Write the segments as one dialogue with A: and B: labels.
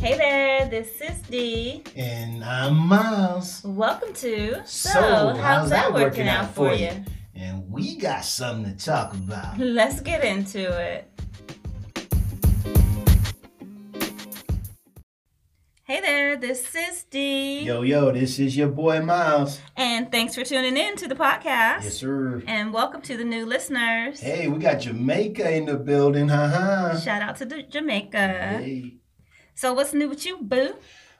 A: Hey there, this is D.
B: And I'm Miles.
A: Welcome to
B: So, how's that working out for you? And we got something to talk about.
A: Let's get into it. Hey there, this is D.
B: Yo, yo, this is your boy Miles.
A: And thanks for tuning in to the podcast.
B: Yes, sir.
A: And welcome to the new listeners.
B: Hey, we got Jamaica in the building, huh?
A: Shout out to the Jamaica.
B: Hey.
A: So, what's new with you, boo?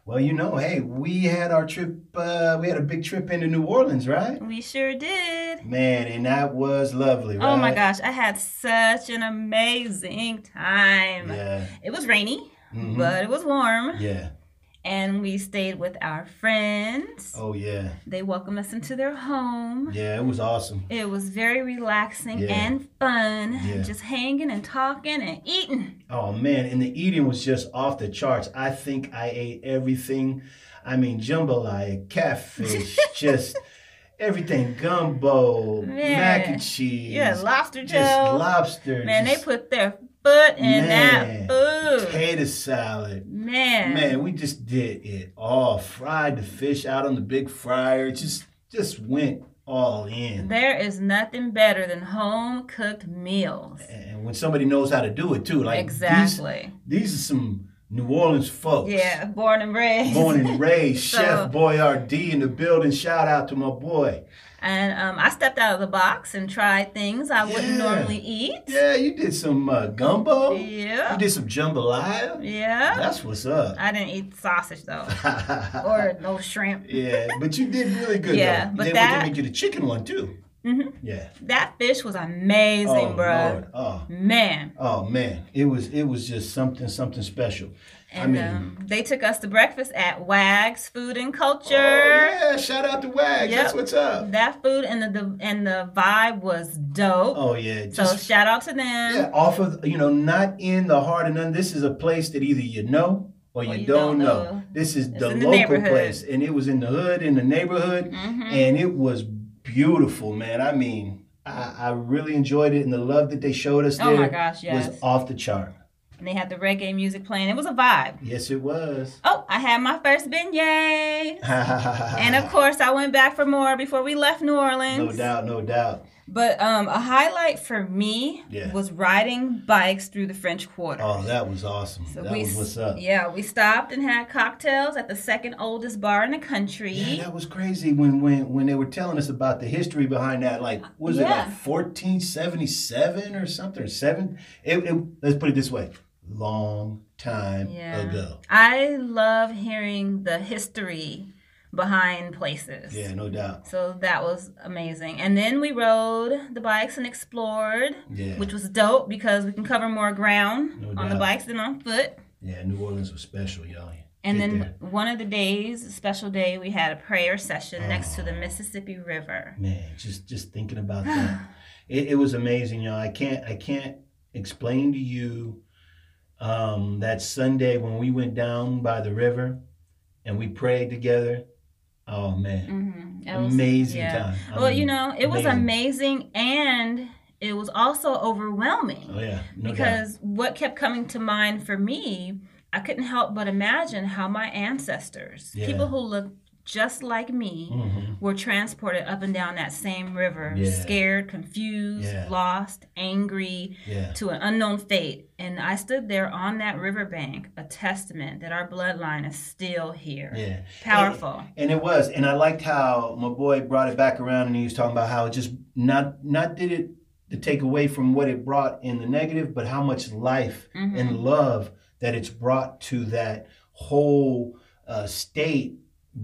B: Well, you know, hey, we had our trip, uh, we had a big trip into New Orleans, right?
A: We sure did.
B: Man, and that was lovely, right?
A: Oh my gosh, I had such an amazing time.
B: Yeah.
A: It was rainy,
B: Mhm.
A: but it was warm.
B: Yeah.
A: And we stayed with our friends.
B: Oh, yeah.
A: They welcomed us into their home.
B: Yeah, it was awesome.
A: It was very relaxing
B: Yeah.
A: and fun.
B: Yeah.
A: Just hanging and talking and eating.
B: Oh man, and the eating was just off the charts. I think I ate everything. I mean, jambalaya, catfish, just everything, gumbo, mac
A: Man.
B: and cheese,
A: Yeah, lobster
B: just
A: tail.
B: lobster,
A: Man, they
B: just
A: put their foot in
B: Man.
A: that food.
B: potato salad.
A: Man.
B: Man, we just did it all. Fried the fish out on the big fryer. Just, just went all in.
A: There is nothing better than home cooked meals.
B: And when somebody knows how to do it too, like
A: exactly.
B: these, these are some New Orleans folks.
A: Yeah, born and raised.
B: Born and raised,
A: So-
B: Chef Boyardee in the building. Shout out to my boy.
A: And um, I stepped out of the box and tried things I wouldn't
B: Yeah.
A: normally eat.
B: Yeah, you did some uh, gumbo. You
A: Yeah.
B: did some jambalaya.
A: Yeah.
B: That's what's up.
A: I didn't eat sausage though, or no shrimp.
B: yeah, but you did really good.
A: Yeah,
B: though.
A: but
B: then
A: that-
B: we can make you the chicken one too.
A: Mhm.
B: Yeah.
A: That fish was amazing,
B: oh
A: bro.
B: Lord. Oh.
A: Man.
B: Oh man, it was it was just something something special. I
A: And
B: mean-
A: um, they took us to breakfast at Wags Food and Culture.
B: Oh yeah, shout out to Wags.
A: Yep.
B: That's what's up.
A: That food and the, the and the vibe was dope.
B: Oh yeah,
A: so
B: just
A: shout out to them.
B: Yeah, off of you know, not in the heart of none. This is a place that either you know or you,
A: you don't
B: don't know.
A: know.
B: This is
A: It's
B: the
A: in the
B: local
A: neighborhood.
B: place, and it was in the hood, in the neighborhood,
A: Mhm.
B: and it was beautiful, man. I mean, I, I really enjoyed it, and the love that they showed us
A: Oh
B: there
A: my gosh, yes.
B: was off the chart.
A: And they had the reggae music playing. It was a vibe.
B: Yes, it was.
A: Oh, I had my first beignet. And
B: and
A: of course, I went back for more before we left New Orleans.
B: no doubt, no doubt.
A: But um, a highlight for me
B: Yeah.
A: was riding bikes through the French Quarter.
B: Oh, that was awesome. that was what's up.
A: Yeah, we stopped and had cocktails at the second oldest bar in the country.
B: Yeah, that was crazy when when when they were telling us about the history behind that. Like, was it
A: Yeah.
B: like fourteen seventy seven or something? Or seven? It, it, let's put it this way: long time
A: Yeah.
B: ago.
A: I love hearing the history behind places.
B: Yeah, no doubt.
A: So that was amazing. And then we rode the bikes and explored,
B: Yeah,
A: which was dope because we can cover more ground
B: No
A: on the
B: doubt.
A: bikes than on foot.
B: yeah. New Orleans was special, y'all.
A: And
B: Get
A: then
B: there.
A: one of the days, a special day, we had a prayer session next to the
B: Oh.
A: Mississippi River.
B: Man, just just thinking about that, it, it was amazing, y'all. I can't I can't explain to you um, that Sunday when we went down by the river and we prayed together. Oh man.
A: hmm
B: amazing time. I
A: well,
B: mean,
A: you know, it was amazing
B: amazing.
A: and it was also overwhelming
B: Oh yeah, no doubt.
A: because what kept coming to mind for me, I couldn't help but imagine how my ancestors,
B: Yeah.
A: people who looked just like me,
B: Mhm.
A: were transported up and down that same river,
B: Yeah.
A: scared, confused,
B: Yeah.
A: lost, angry,
B: Yeah,
A: to an unknown fate, and I stood there on that riverbank, a testament that our bloodline is still here.
B: yeah,
A: Powerful.
B: and it was, and I liked how my boy brought it back around, and he was talking about how it just not not did it to take away from what it brought in the negative, but how much life
A: Mhm.
B: and love that it's brought to that whole uh, state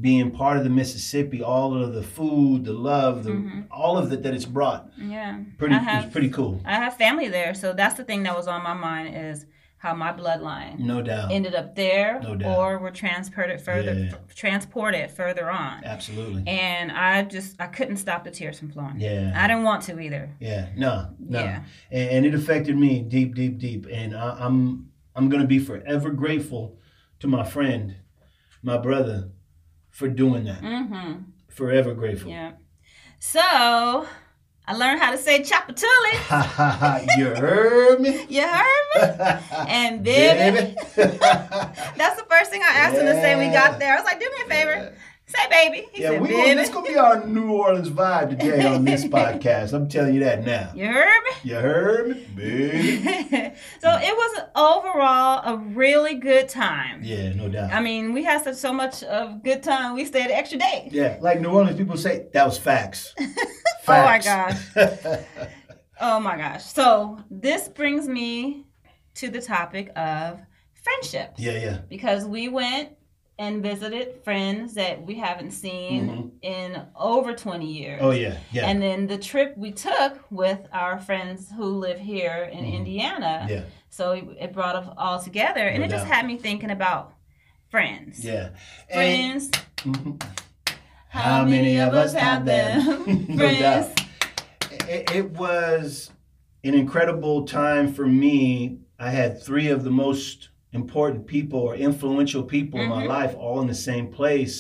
B: being part of the Mississippi, all of the food, the love, the
A: Mhm.
B: all of it that it's brought.
A: yeah.
B: Pretty,
A: I have-
B: it's pretty cool,
A: I have family there, so that's the thing that was on my mind is how my bloodline
B: no doubt,
A: ended up there,
B: No doubt.
A: or were transported further,
B: Yeah.
A: f- transported further on.
B: absolutely.
A: And I just I couldn't stop the tears from flowing.
B: yeah,
A: I didn't want to either.
B: Yeah, no, no,
A: Yeah.
B: and, and it affected me deep, deep, deep, and I, I'm I'm gonna be forever grateful to my friend, my brother, for doing that.
A: Mm-hmm.
B: Forever grateful.
A: Yeah. So I learned how to say chapatuli.
B: you heard me?
A: You heard me? and Viv. That's the first thing I asked him to say. We got there. I was like, do me a favor. Say baby. He
B: yeah,
A: said,
B: we
A: baby.
B: going it's gonna be our New Orleans vibe today on this podcast. I'm telling you that now.
A: You heard me?
B: You heard me, baby?
A: so it was overall a really good time.
B: Yeah, no doubt.
A: I mean, we had such so much of good time. We stayed an extra day.
B: yeah, like New Orleans people say, that was facts.
A: Oh my
B: Facts.
A: gosh. Oh my gosh. So this brings me to the topic of friendships
B: yeah, yeah.
A: because we went and visited friends that we haven't seen
B: Mhm.
A: in over 20 years.
B: Oh yeah, yeah,
A: And then the trip we took with our friends who live here in
B: Mhm.
A: Indiana.
B: yeah,
A: So it- it brought us all together and
B: No
A: it just
B: doubt.
A: had me thinking about friends.
B: yeah. And-
A: Friends,
B: Mhm.
A: how many of us have them?
B: no doubt.
A: Friends.
B: It, it was an incredible time for me. I had three of the most important people or influential people in my
A: Mhm.
B: life all in the same place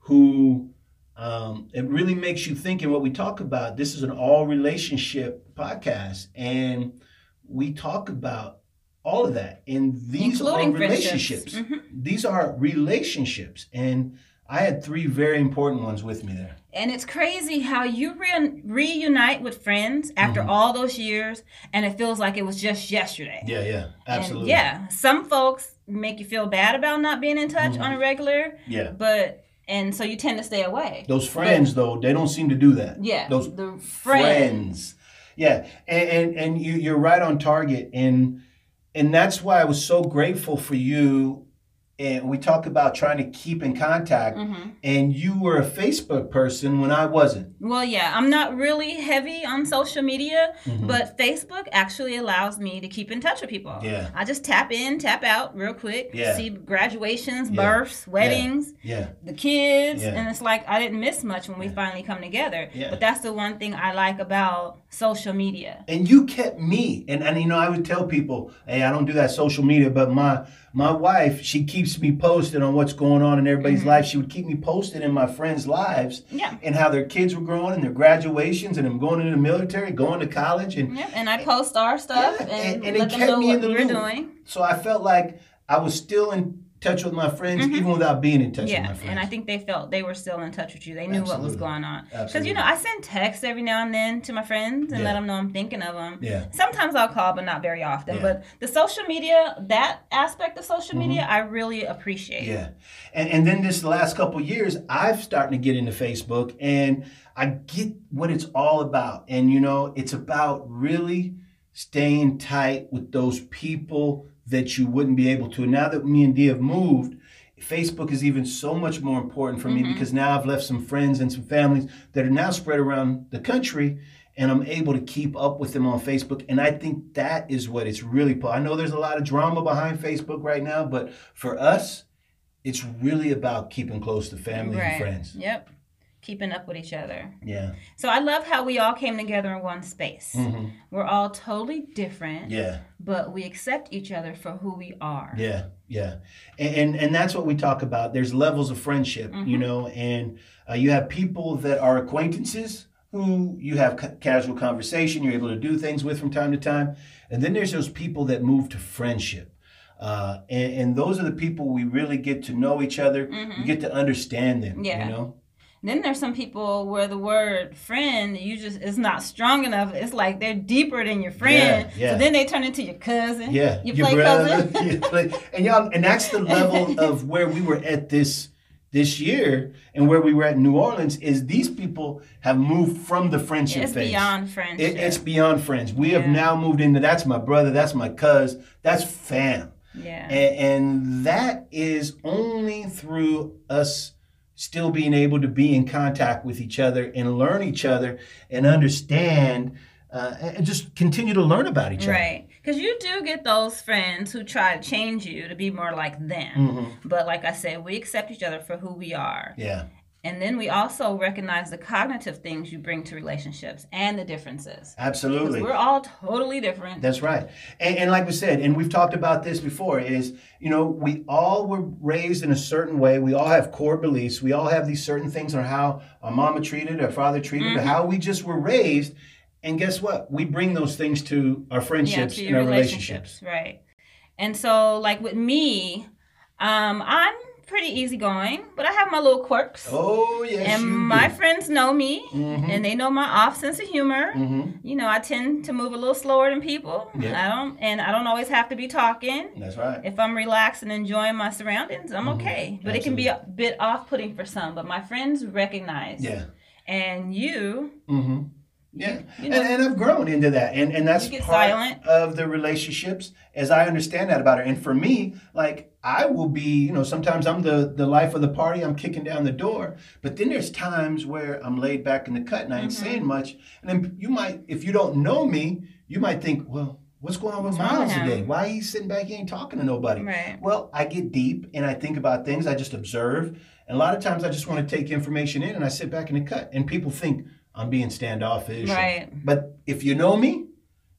B: who um, it really makes you think in what we talk about. This is an all relationship podcast, and we talk about all of that. And these
A: including
B: are
A: friendships.
B: relationships. Mm-hmm.
A: Mhm.
B: These are relationships. And I had three very important ones with me there.
A: And it's crazy how you re- reunite with friends after
B: Mhm.
A: all those years, and it feels like it was just yesterday.
B: Yeah, yeah, absolutely.
A: And yeah, some folks make you feel bad about not being in touch
B: Mhm.
A: on a regular,
B: yeah.
A: but and so you tend to stay away.
B: Those friends, though, they don't seem to do that.
A: Yeah,
B: Those
A: the
B: friends. Yeah, and and, and you, you're right on target, and and that's why I was so grateful for you. And we talk about trying to keep in contact,
A: hmm
B: and you were a Facebook person when I wasn't.
A: Well, yeah, I'm not really heavy on social media,
B: Mhm.
A: but Facebook actually allows me to keep in touch with people.
B: Yeah.
A: I just tap in, tap out real quick,
B: Yeah.
A: see graduations,
B: Yeah.
A: births, weddings.
B: yeah,
A: the kids
B: Yeah.
A: and it's like i didn't miss much when we
B: Yeah.
A: finally come together
B: Yeah.
A: but that's the one thing i like about social media
B: and you kept me, and and you know I would tell people, hey, I don't do that social media, but my my wife, she keeps me posted on what's going on in everybody's
A: Mm-hmm.
B: life. She would keep me posted in my friends' lives,
A: yeah
B: and how their kids were growing and their graduations and them going into the military, going to college. And
A: Yep, and I post our stuff
B: Yeah,
A: and,
B: and- and it
A: let them
B: kept
A: know
B: me in
A: what
B: the
A: we're
B: loop.
A: doing.
B: so I felt like I was still in touch with my friends,
A: Mhm.
B: even without being in touch with
A: yeah,
B: my friends.
A: and I think they felt they were still in touch with you. They knew what was
B: Absolutely.
A: going on. Because,
B: Absolutely.
A: you know, I send texts every now and then to my friends and let
B: Yeah.
A: them know I'm thinking of them.
B: yeah,
A: Sometimes I'll call, but not very often.
B: Yeah.
A: But the social media, that aspect of social
B: Mhm.
A: media, I really appreciate.
B: yeah. And, and then this last couple of years, I've starting to get into Facebook and I get what it's all about. And, you know, it's about really staying tight with those people that you wouldn't be able to. Now that me and Dee have moved, Facebook is even so much more important for me
A: Mhm.
B: because now I've left some friends and some families that are now spread around the country and I'm able to keep up with them on Facebook. And I think that is what it's really. po- I know there's a lot of drama behind Facebook right now, but for us, it's really about keeping close to family
A: Right.
B: and friends.
A: Yep. Keeping up with each other.
B: Yeah.
A: So I love how we all came together in one space.
B: hmm
A: We're all totally different,
B: Yeah.
A: but we accept each other for who we are.
B: Yeah, yeah, and, and and that's what we talk about. There's levels of friendship, you
A: Mhm.
B: know, and uh, you have people that are acquaintances who you have ca- casual conversation, you're able to do things with from time to time, and then there's those people that move to friendship, uh, and, and those are the people we really get to know each other.
A: Mhm.
B: You get to understand them.
A: Yeah.
B: You know.
A: Then there's some people where the word friend you just is not strong enough. It's like they're deeper than your friend.
B: Yeah, yeah.
A: So then they turn into your cousin.
B: Yeah.
A: Your
B: your
A: play
B: brother,
A: cousin.
B: your play- and y'all, and that's the level of where we were at this this year, and where we were at in New Orleans is these people have moved from the friendship
A: It's
B: phase.
A: beyond
B: It-
A: friendship.
B: it's beyond friends. We have
A: Yeah.
B: now moved into that's my brother, that's my cuz, that's fam,
A: yeah.
B: and, and that is only through us still being able to be in contact with each other and learn each other and understand. Uh, and and just continue to learn about each other.
A: Right. Because you do get those friends who try to change you to be more like them.
B: Mhm.
A: But like I said, we accept each other for who we are.
B: Yeah.
A: And then we also recognize the cognitive things you bring to relationships and the differences. 'Cause
B: Absolutely.
A: We're all totally different.
B: That's right. And, and like we said, and we've talked about this before, is, you know, we all were raised in a certain way. We all have core beliefs.
A: Mm-hmm.
B: We all have these certain things on how our mama treated, our father treated, or how we just were raised. And guess what? We bring those things to our friendships
A: to
B: and our relationships.
A: Right. And so, like with me, um, I'm pretty easygoing, but I have my little quirks.
B: Oh yes,
A: and
B: you
A: my
B: do.
A: friends know me,
B: Mhm.
A: and they know my off sense of humor.
B: Mhm.
A: You know, I tend to move a little slower than people.
B: Yeah.
A: I don't, and I don't always have to be talking.
B: That's right.
A: If I'm relaxed and enjoying my surroundings, I'm
B: Mhm.
A: okay. But it can be a bit off-putting for some. But my friends recognize.
B: Yeah.
A: And you,
B: Mm-hmm. Yeah.
A: you know,
B: and, and I've grown into that, and and that's
A: You get
B: part
A: silent.
B: of the relationships as I understand that about her. And for me, like I will be, you know, sometimes I'm the the life of the party. I'm kicking down the door, but then there's times where I'm laid back in the cut and I ain't
A: Mhm.
B: saying much. And then you might, if you don't know me, you might think, well, what's going on with
A: What's wrong with
B: Miles
A: him?
B: today? Why he sitting back? He ain't talking to nobody.
A: right.
B: Well, I get deep and I think about things. I just observe. And a lot of times I just want to take information in and I sit back in the cut. And people think I'm being standoffish.
A: Right.
B: But if you know me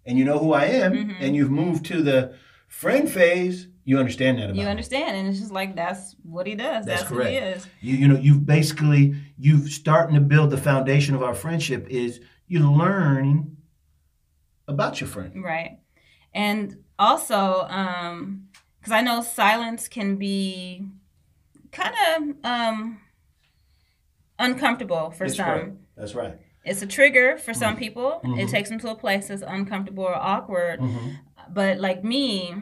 B: and you know who I am
A: Mhm.
B: and you've moved to the friend phase, you understand that about
A: You
B: me.
A: understand, and it's just like that's what he does.
B: That's
A: That's, what he is.
B: You, you know, you've basically, you've starting to build the foundation of our friendship is you learn about your friend.
A: Right. And also, um, because I know silence can be kind of um, uncomfortable for
B: That's
A: some.
B: right. That's right.
A: It's a trigger for some people. It
B: Mhm.
A: takes them to a place that's uncomfortable or awkward.
B: hmm
A: But like me,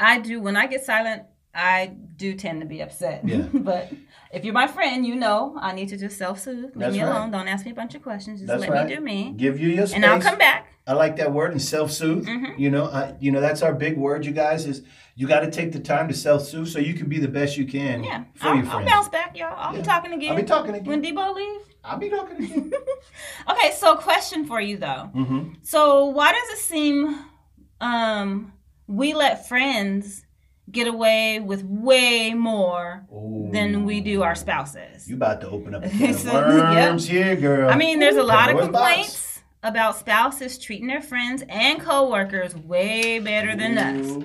A: I do, when I get silent, I do tend to be upset.
B: Yeah.
A: but if you're my friend, you know I need to just self soothe. Leave
B: That's
A: me
B: right.
A: alone. Don't ask me a bunch of questions. Just
B: That's
A: let
B: right.
A: me do me.
B: Give you your space.
A: And I'll come back.
B: I like that word and self soothe.
A: Mhm.
B: You know, I, you know that's our big word, you guys. Is you got to take the time to self soothe so you can be the best you can
A: Yeah,
B: for your
A: I'll, I'll
B: friends.
A: bounce back, y'all. I'll
B: Yeah.
A: be talking again.
B: I'll be talking
A: when
B: again.
A: Debo leave.
B: I'll be talking again.
A: Okay, so question for you though.
B: mm-hmm.
A: So why does it seem um we let friends get away with way more than we do our spouses?
B: Mm-hmm. You about to open up a can of
A: So,
B: worms here, girl.
A: I mean, there's a lot of
B: Pandora's box.
A: complaints about spouses treating their friends and coworkers way better than us.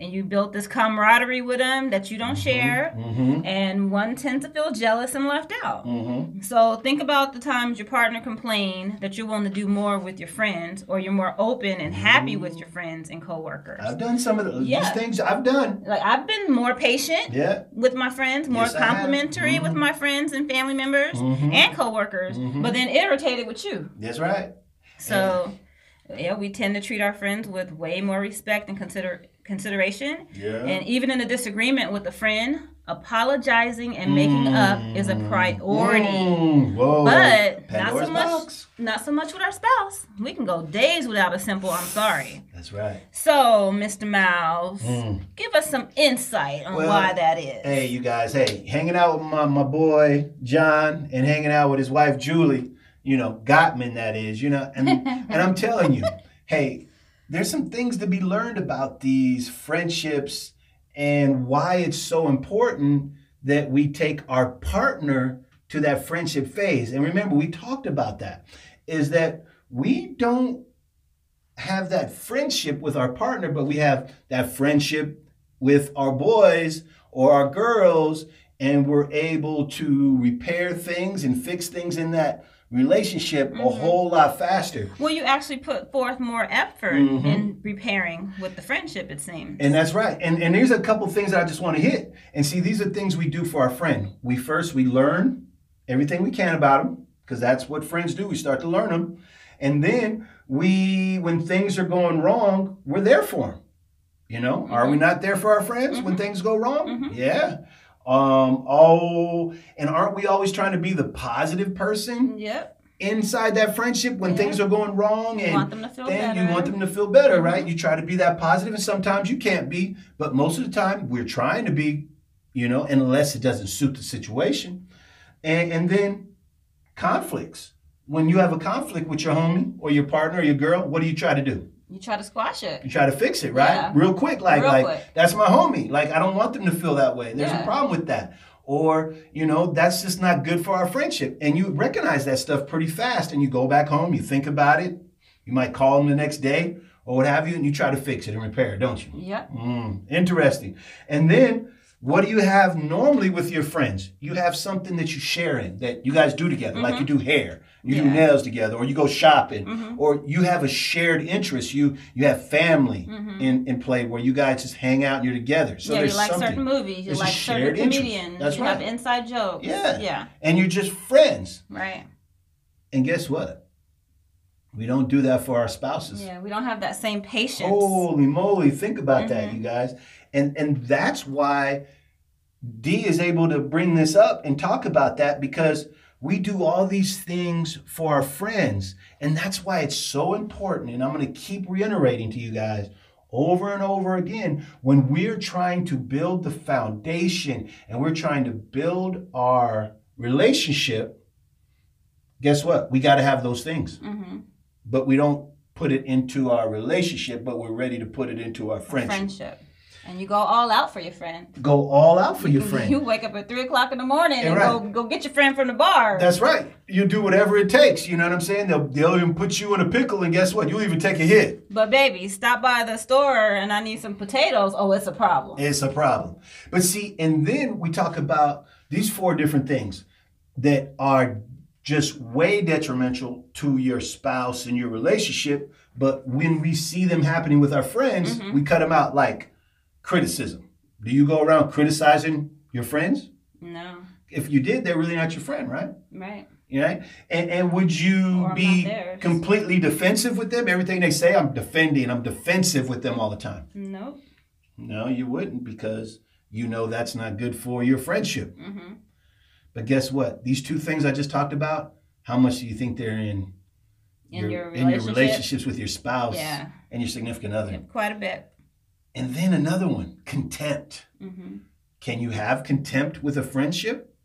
A: And you built this camaraderie with them that you don't share,
B: Mm-hmm.
A: and one tends to feel jealous and left out.
B: Mm-hmm.
A: So think about the times your partner complained that you're willing to do more with your friends, or you're more open and happy with your friends and coworkers.
B: I've done some of the,
A: Yeah.
B: these things. I've done.
A: like I've been more patient
B: Yeah.
A: with my friends, more
B: Yes, I have.
A: complimentary with
B: Mhm.
A: my friends and family members
B: Mhm.
A: and coworkers,
B: Mhm.
A: but then irritated with you.
B: That's right.
A: So yeah, we tend to treat our friends with way more respect and consider consideration.
B: Yeah.
A: And even in a disagreement with a friend, apologizing and making up is a
B: Mm.
A: priority.
B: Mm. Whoa.
A: But not
B: Pandora's
A: so much
B: box.
A: not so much with our spouse. We can go days without a simple I'm sorry.
B: That's right.
A: So, Mr. Miles,
B: Mm.
A: give us some insight on
B: Well,
A: why that is.
B: Hey, you guys, hey, hanging out with my, my boy John and hanging out with his wife Julie, you know, Gottman, that is, you know, and, and I'm telling you, hey, there's some things to be learned about these friendships and why it's so important that we take our partner to that friendship phase. And remember, we talked about that, is that we don't have that friendship with our partner, but we have that friendship with our boys or our girls, and we're able to repair things and fix things in that relationship a
A: Mhm.
B: whole lot faster.
A: Well, you actually put forth more effort
B: Mhm.
A: in repairing with the friendship, it seems.
B: And that's right. And and there's a couple things that I just want to hit. And see, these are things we do for our friend. We first we learn everything we can about them because that's what friends do. We start to learn them, and then we, when things are going wrong, we're there for them. You know, are we not there for our friends when things go wrong?
A: Mhm.
B: Yeah. Um. Oh, and aren't we always trying to be the positive person
A: yep.
B: inside that friendship when
A: Yeah.
B: things are going wrong?
A: You
B: And
A: want them to feel
B: then
A: better. Mm-hmm.
B: you want them to feel better, right? You try to be that positive, and sometimes you can't be, but most of the time we're trying to be, you know, unless it doesn't suit the situation. And, and then conflicts. When you have a conflict with your homie or your partner or your girl, what do you try to do?
A: you try to squash it.
B: You try to fix it, right?
A: Yeah.
B: Real quick, like
A: Real
B: like
A: quick.
B: that's my homie. Like I don't want them to feel that way. There's
A: Yeah.
B: a problem with that. Or, you know, that's just not good for our friendship. And you recognize that stuff pretty fast and you go back home, you think about it, you might call them the next day or what have you, and you try to fix it and repair it, don't you?
A: Yep.
B: Mm, interesting. And then What do you have normally with your friends? You have something that you share in that you guys do together, like you do hair, you do
A: Mm-hmm. Yeah.
B: nails together, or you go shopping,
A: Mhm.
B: or you have a shared interest. You you have family in, in play where you guys just hang out and you're together. So
A: Mm-hmm. yeah,
B: there's
A: you like
B: something.
A: certain movies. You
B: It's a
A: like certain
B: shared interest.
A: comedians.
B: That's
A: you have
B: right.
A: inside jokes.
B: Yeah.
A: Yeah.
B: and you're just friends.
A: Right.
B: And guess what? We don't do that for our spouses.
A: Yeah. We don't have that same patience.
B: Holy moly, think about that,
A: Mhm.
B: you guys. And and that's why D is able to bring this up and talk about that because we do all these things for our friends. And that's why it's so important. And I'm going to keep reiterating to you guys over and over again when we're trying to build the foundation and we're trying to build our relationship, guess what? We got to have those things
A: Mm-hmm.
B: but we don't put it into our relationship, but we're ready to put it into our friendship.
A: Friendship. And you go all out for your friend.
B: Go all out for your
A: You
B: friend.
A: wake up at three o'clock in the morning
B: Yeah,
A: and
B: right.
A: go go get your friend from the bar.
B: That's right. You do whatever it takes. You know what I'm saying? They'll, they'll even put you in a pickle, and guess what? You'll even take a hit.
A: but baby, stop by the store and I need some potatoes. Oh, it's a problem.
B: It's a problem. But see, and then we talk about these four different things that are just way detrimental to your spouse and your relationship. But when we see them happening with our friends,
A: Mhm.
B: we cut them out like criticism. Do you go around criticizing your friends?
A: no.
B: if you did, they're really not your friend, right?
A: Right.
B: You know? And and would you
A: Or I'm not
B: be
A: theirs.
B: completely defensive with them? Everything they say, I'm defending, I'm defensive with them all the time.
A: Nope.
B: No, you wouldn't because you know that's not good for your friendship.
A: Mm-hmm.
B: But guess what? These two things I just talked about, how much do you think they're in
A: In your,
B: in your
A: relationship.
B: relationships with your spouse
A: Yeah.
B: and your significant other?
A: Yep, Quite a bit.
B: And then another one, contempt.
A: Mm-hmm.
B: Can you have contempt with a friendship?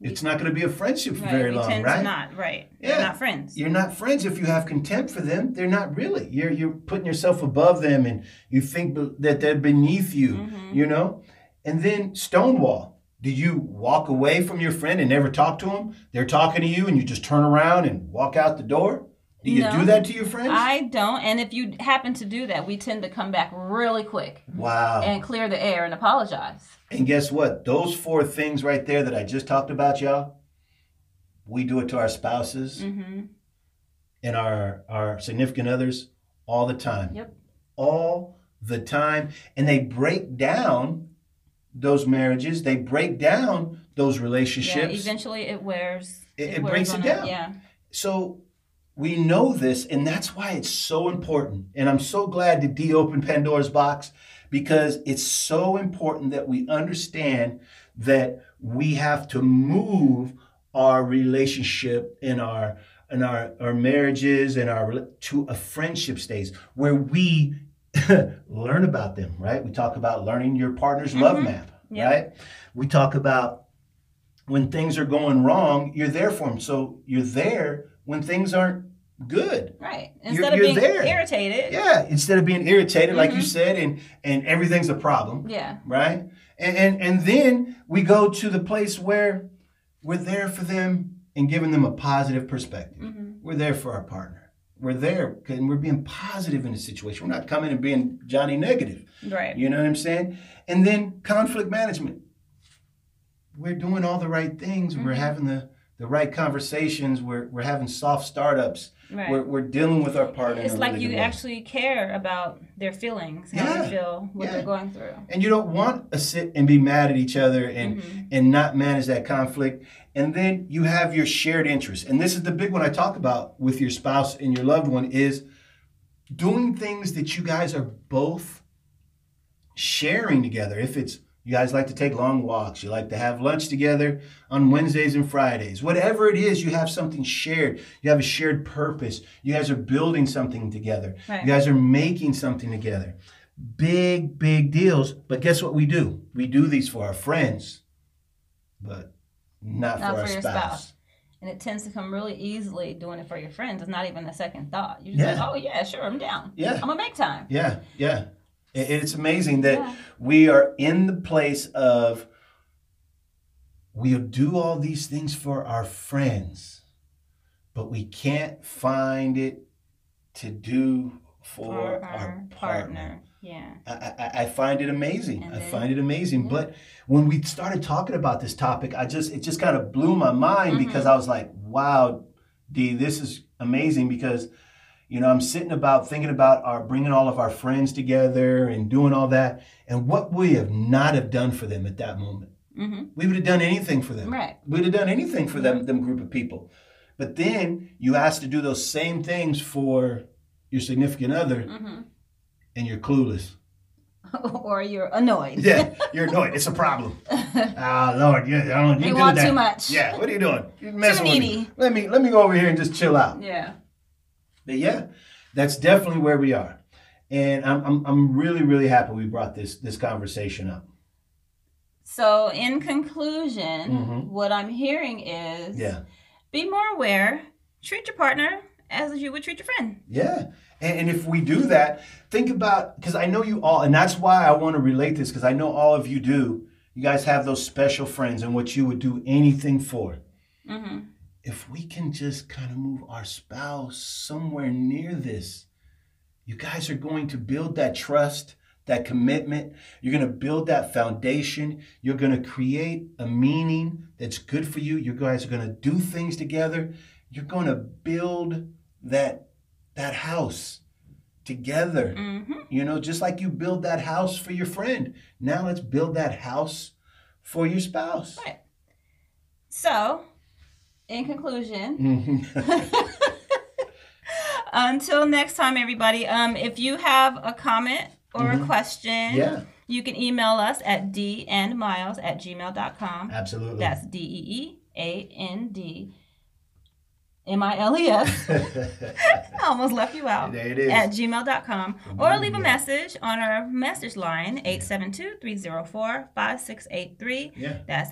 B: It's not going to be a friendship for
A: Right.
B: very
A: we
B: long,
A: tend
B: right?
A: to not. Right.
B: Yeah.
A: We're not friends.
B: you're not friends if you have contempt for them they're not really you're you're putting yourself above them and you think be- that they're beneath you
A: Mhm.
B: you know and then stonewall do you walk away from your friend and never talk to them they're talking to you and you just turn around and walk out the door do you
A: No.
B: do that to your friends
A: I don't. And if you happen to do that, we tend to come back really quick
B: wow
A: and clear the air and apologize.
B: and guess what those four things right there that i just talked about y'all we do it to our spouses
A: Mm-hmm.
B: and our our significant others all the time.
A: Yep.
B: All the time, and they break down those marriages. They break down those
A: Yeah,
B: relationships.
A: eventually it wears.
B: It- it
A: wears
B: breaks it
A: on
B: down.
A: yeah.
B: so we know this, and that's why it's so important. And I'm so glad that D opened Pandora's box because it's so important that we understand that we have to move our relationship and our and our our marriages and our rela- to a friendship stage where we learn about them right we talk about learning your partner's love map
A: Yeah.
B: right we talk about when things are going wrong you're there for them so you're there when things aren't good
A: Right. Instead
B: you're
A: of being
B: there.
A: irritated.
B: yeah instead of being irritated like
A: Mm-hmm.
B: you said and and everything's a problem
A: Yeah.
B: right? And, and and then we go to the place where we're there for them and giving them a positive perspective.
A: Mhm.
B: We're there for our partner. We're there and we're being positive in the situation. We're not coming and being Johnny negative.
A: Right.
B: You know what I'm saying? And then conflict management. We're doing all the right things.
A: Mm-hmm.
B: We're having the the right conversations. We're we're having soft startups.
A: Right.
B: We're we're dealing with our partner. in
A: it's
B: a
A: like
B: really
A: you
B: good way.
A: actually care about their feelings, how
B: Yeah.
A: they feel, what
B: Yeah.
A: they're going through.
B: and you don't want to sit and be mad at each other and and not manage that conflict and then you have your shared interests and this is the big one i talk about with your spouse and your loved one is doing things that you guys are both sharing together if it's you guys like to take long walks you like to have lunch together on wednesdays and fridays whatever it is you have something shared you have a shared purpose you guys are building something together
A: Right.
B: you guys are making something together big, big deals. But guess what we do? We do these for our friends, but not, for, our
A: your
B: spouse.
A: spouse. And it tends to come really easily doing it for your friends. It's not even a second thought. You're just
B: Yeah.
A: like, oh, yeah, sure, I'm down.
B: Yeah.
A: I'm going to make time.
B: Yeah, yeah. I- It's amazing that
A: Yeah.
B: we are in the place of we'll do all these things for our friends, but we can't find it to do for, our, partner.
A: Yeah.
B: I, I, I find it amazing.
A: And
B: I
A: then-
B: find it amazing.
A: yeah.
B: But when we started talking about this topic, I just it just kind of blew my mind
A: Mm-hmm.
B: because I was like, "Wow, D, this is amazing." Because you know, I'm sitting about thinking about our bringing all of our friends together and doing all that, and what we have not have done for them at that moment.
A: Mm-hmm.
B: We would have done anything for them.
A: Right. Mm-hmm.
B: We'd have done anything for them, them group of people. But then you asked to do those same things for your significant other,
A: Mm-hmm.
B: and you're clueless.
A: or you're annoyed.
B: Yeah, you're annoyed. It's a problem. Ah, Lord, you, I don't. You
A: They
B: do
A: want
B: that.
A: too much.
B: Yeah, what are you doing? You're messing with me.
A: needy.
B: Let me let me go over here and just chill out.
A: Yeah.
B: But yeah, that's definitely where we are, and I'm I'm, I'm really really happy we brought this this conversation up.
A: So, in conclusion,
B: Mhm.
A: what I'm hearing is
B: Yeah,
A: be more aware, treat your partner as you would treat your friend.
B: yeah. And, and if we do that, think about because I know you all, and that's why I want to relate this because I know all of you do. You guys have those special friends and what you would do anything for.
A: Mm-hmm.
B: if we can just kind of move our spouse somewhere near this, you guys are going to build that trust, that commitment. You're going to build that foundation. You're going to create a meaning that's good for you. You guys are going to do things together. You're going to build that that house together.
A: Mm-hmm.
B: You know, just like you build that house for your friend. Now let's build that house for your spouse.
A: Right. So, in conclusion,
B: Mhm.
A: Until next time, everybody. Um, if you have a comment or a
B: Mhm.
A: question,
B: yeah,
A: you can email us at dnmiles at gmail.com.
B: absolutely.
A: That's D E E A N D M I L E S.
B: there
A: I almost left you out.
B: it is.
A: At gmail.com or leave a
B: Yeah.
A: message on our message line 872 304 5683.
B: yeah.
A: That's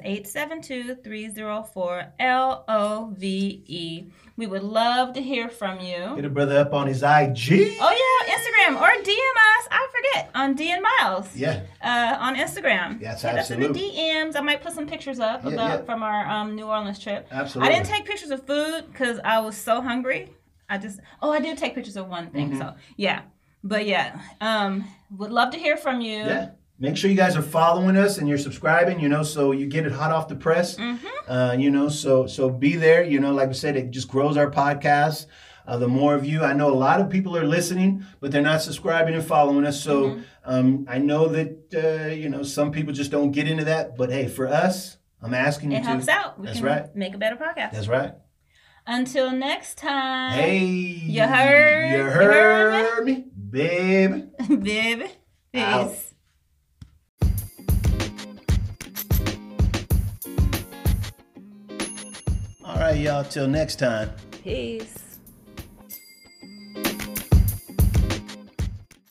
A: 872-304-LOVE. E. We would love to hear from you.
B: Get a brother up on his IG.
A: Oh yeah, Instagram or DM us. I forget on DN Miles.
B: Yeah.
A: Uh, on Instagram.
B: Yes,
A: Hit us in the
B: absolutely.
A: DMs. I might put some pictures up
B: Yeah,
A: about
B: yeah.
A: from our um, New Orleans trip. I
B: Absolutely.
A: didn't take pictures of food because I was so hungry. I just oh I did take pictures of one thing.
B: Mm-hmm.
A: So yeah, but yeah, um, would love to hear from you.
B: Yeah. Make sure you guys are following us and you're subscribing, you know, so you get it hot off the press.
A: Mm-hmm.
B: Uh, you know, so so be there. You know, like I said, it just grows our podcast. Uh, the more of you, I know a lot of people are listening, but they're not subscribing and following us. So
A: Mm-hmm.
B: um, I know that uh, you know some people just don't get into that. But hey, for us, I'm asking you
A: It
B: to.
A: helps out. We
B: That's
A: can
B: right.
A: make a better podcast.
B: That's right.
A: Until next time.
B: Hey, you
A: heard-
B: you
A: you
B: heard,
A: heard
B: me, babe.
A: Bib. Peace.
B: Out. All right, y'all. Till next time.
A: Peace.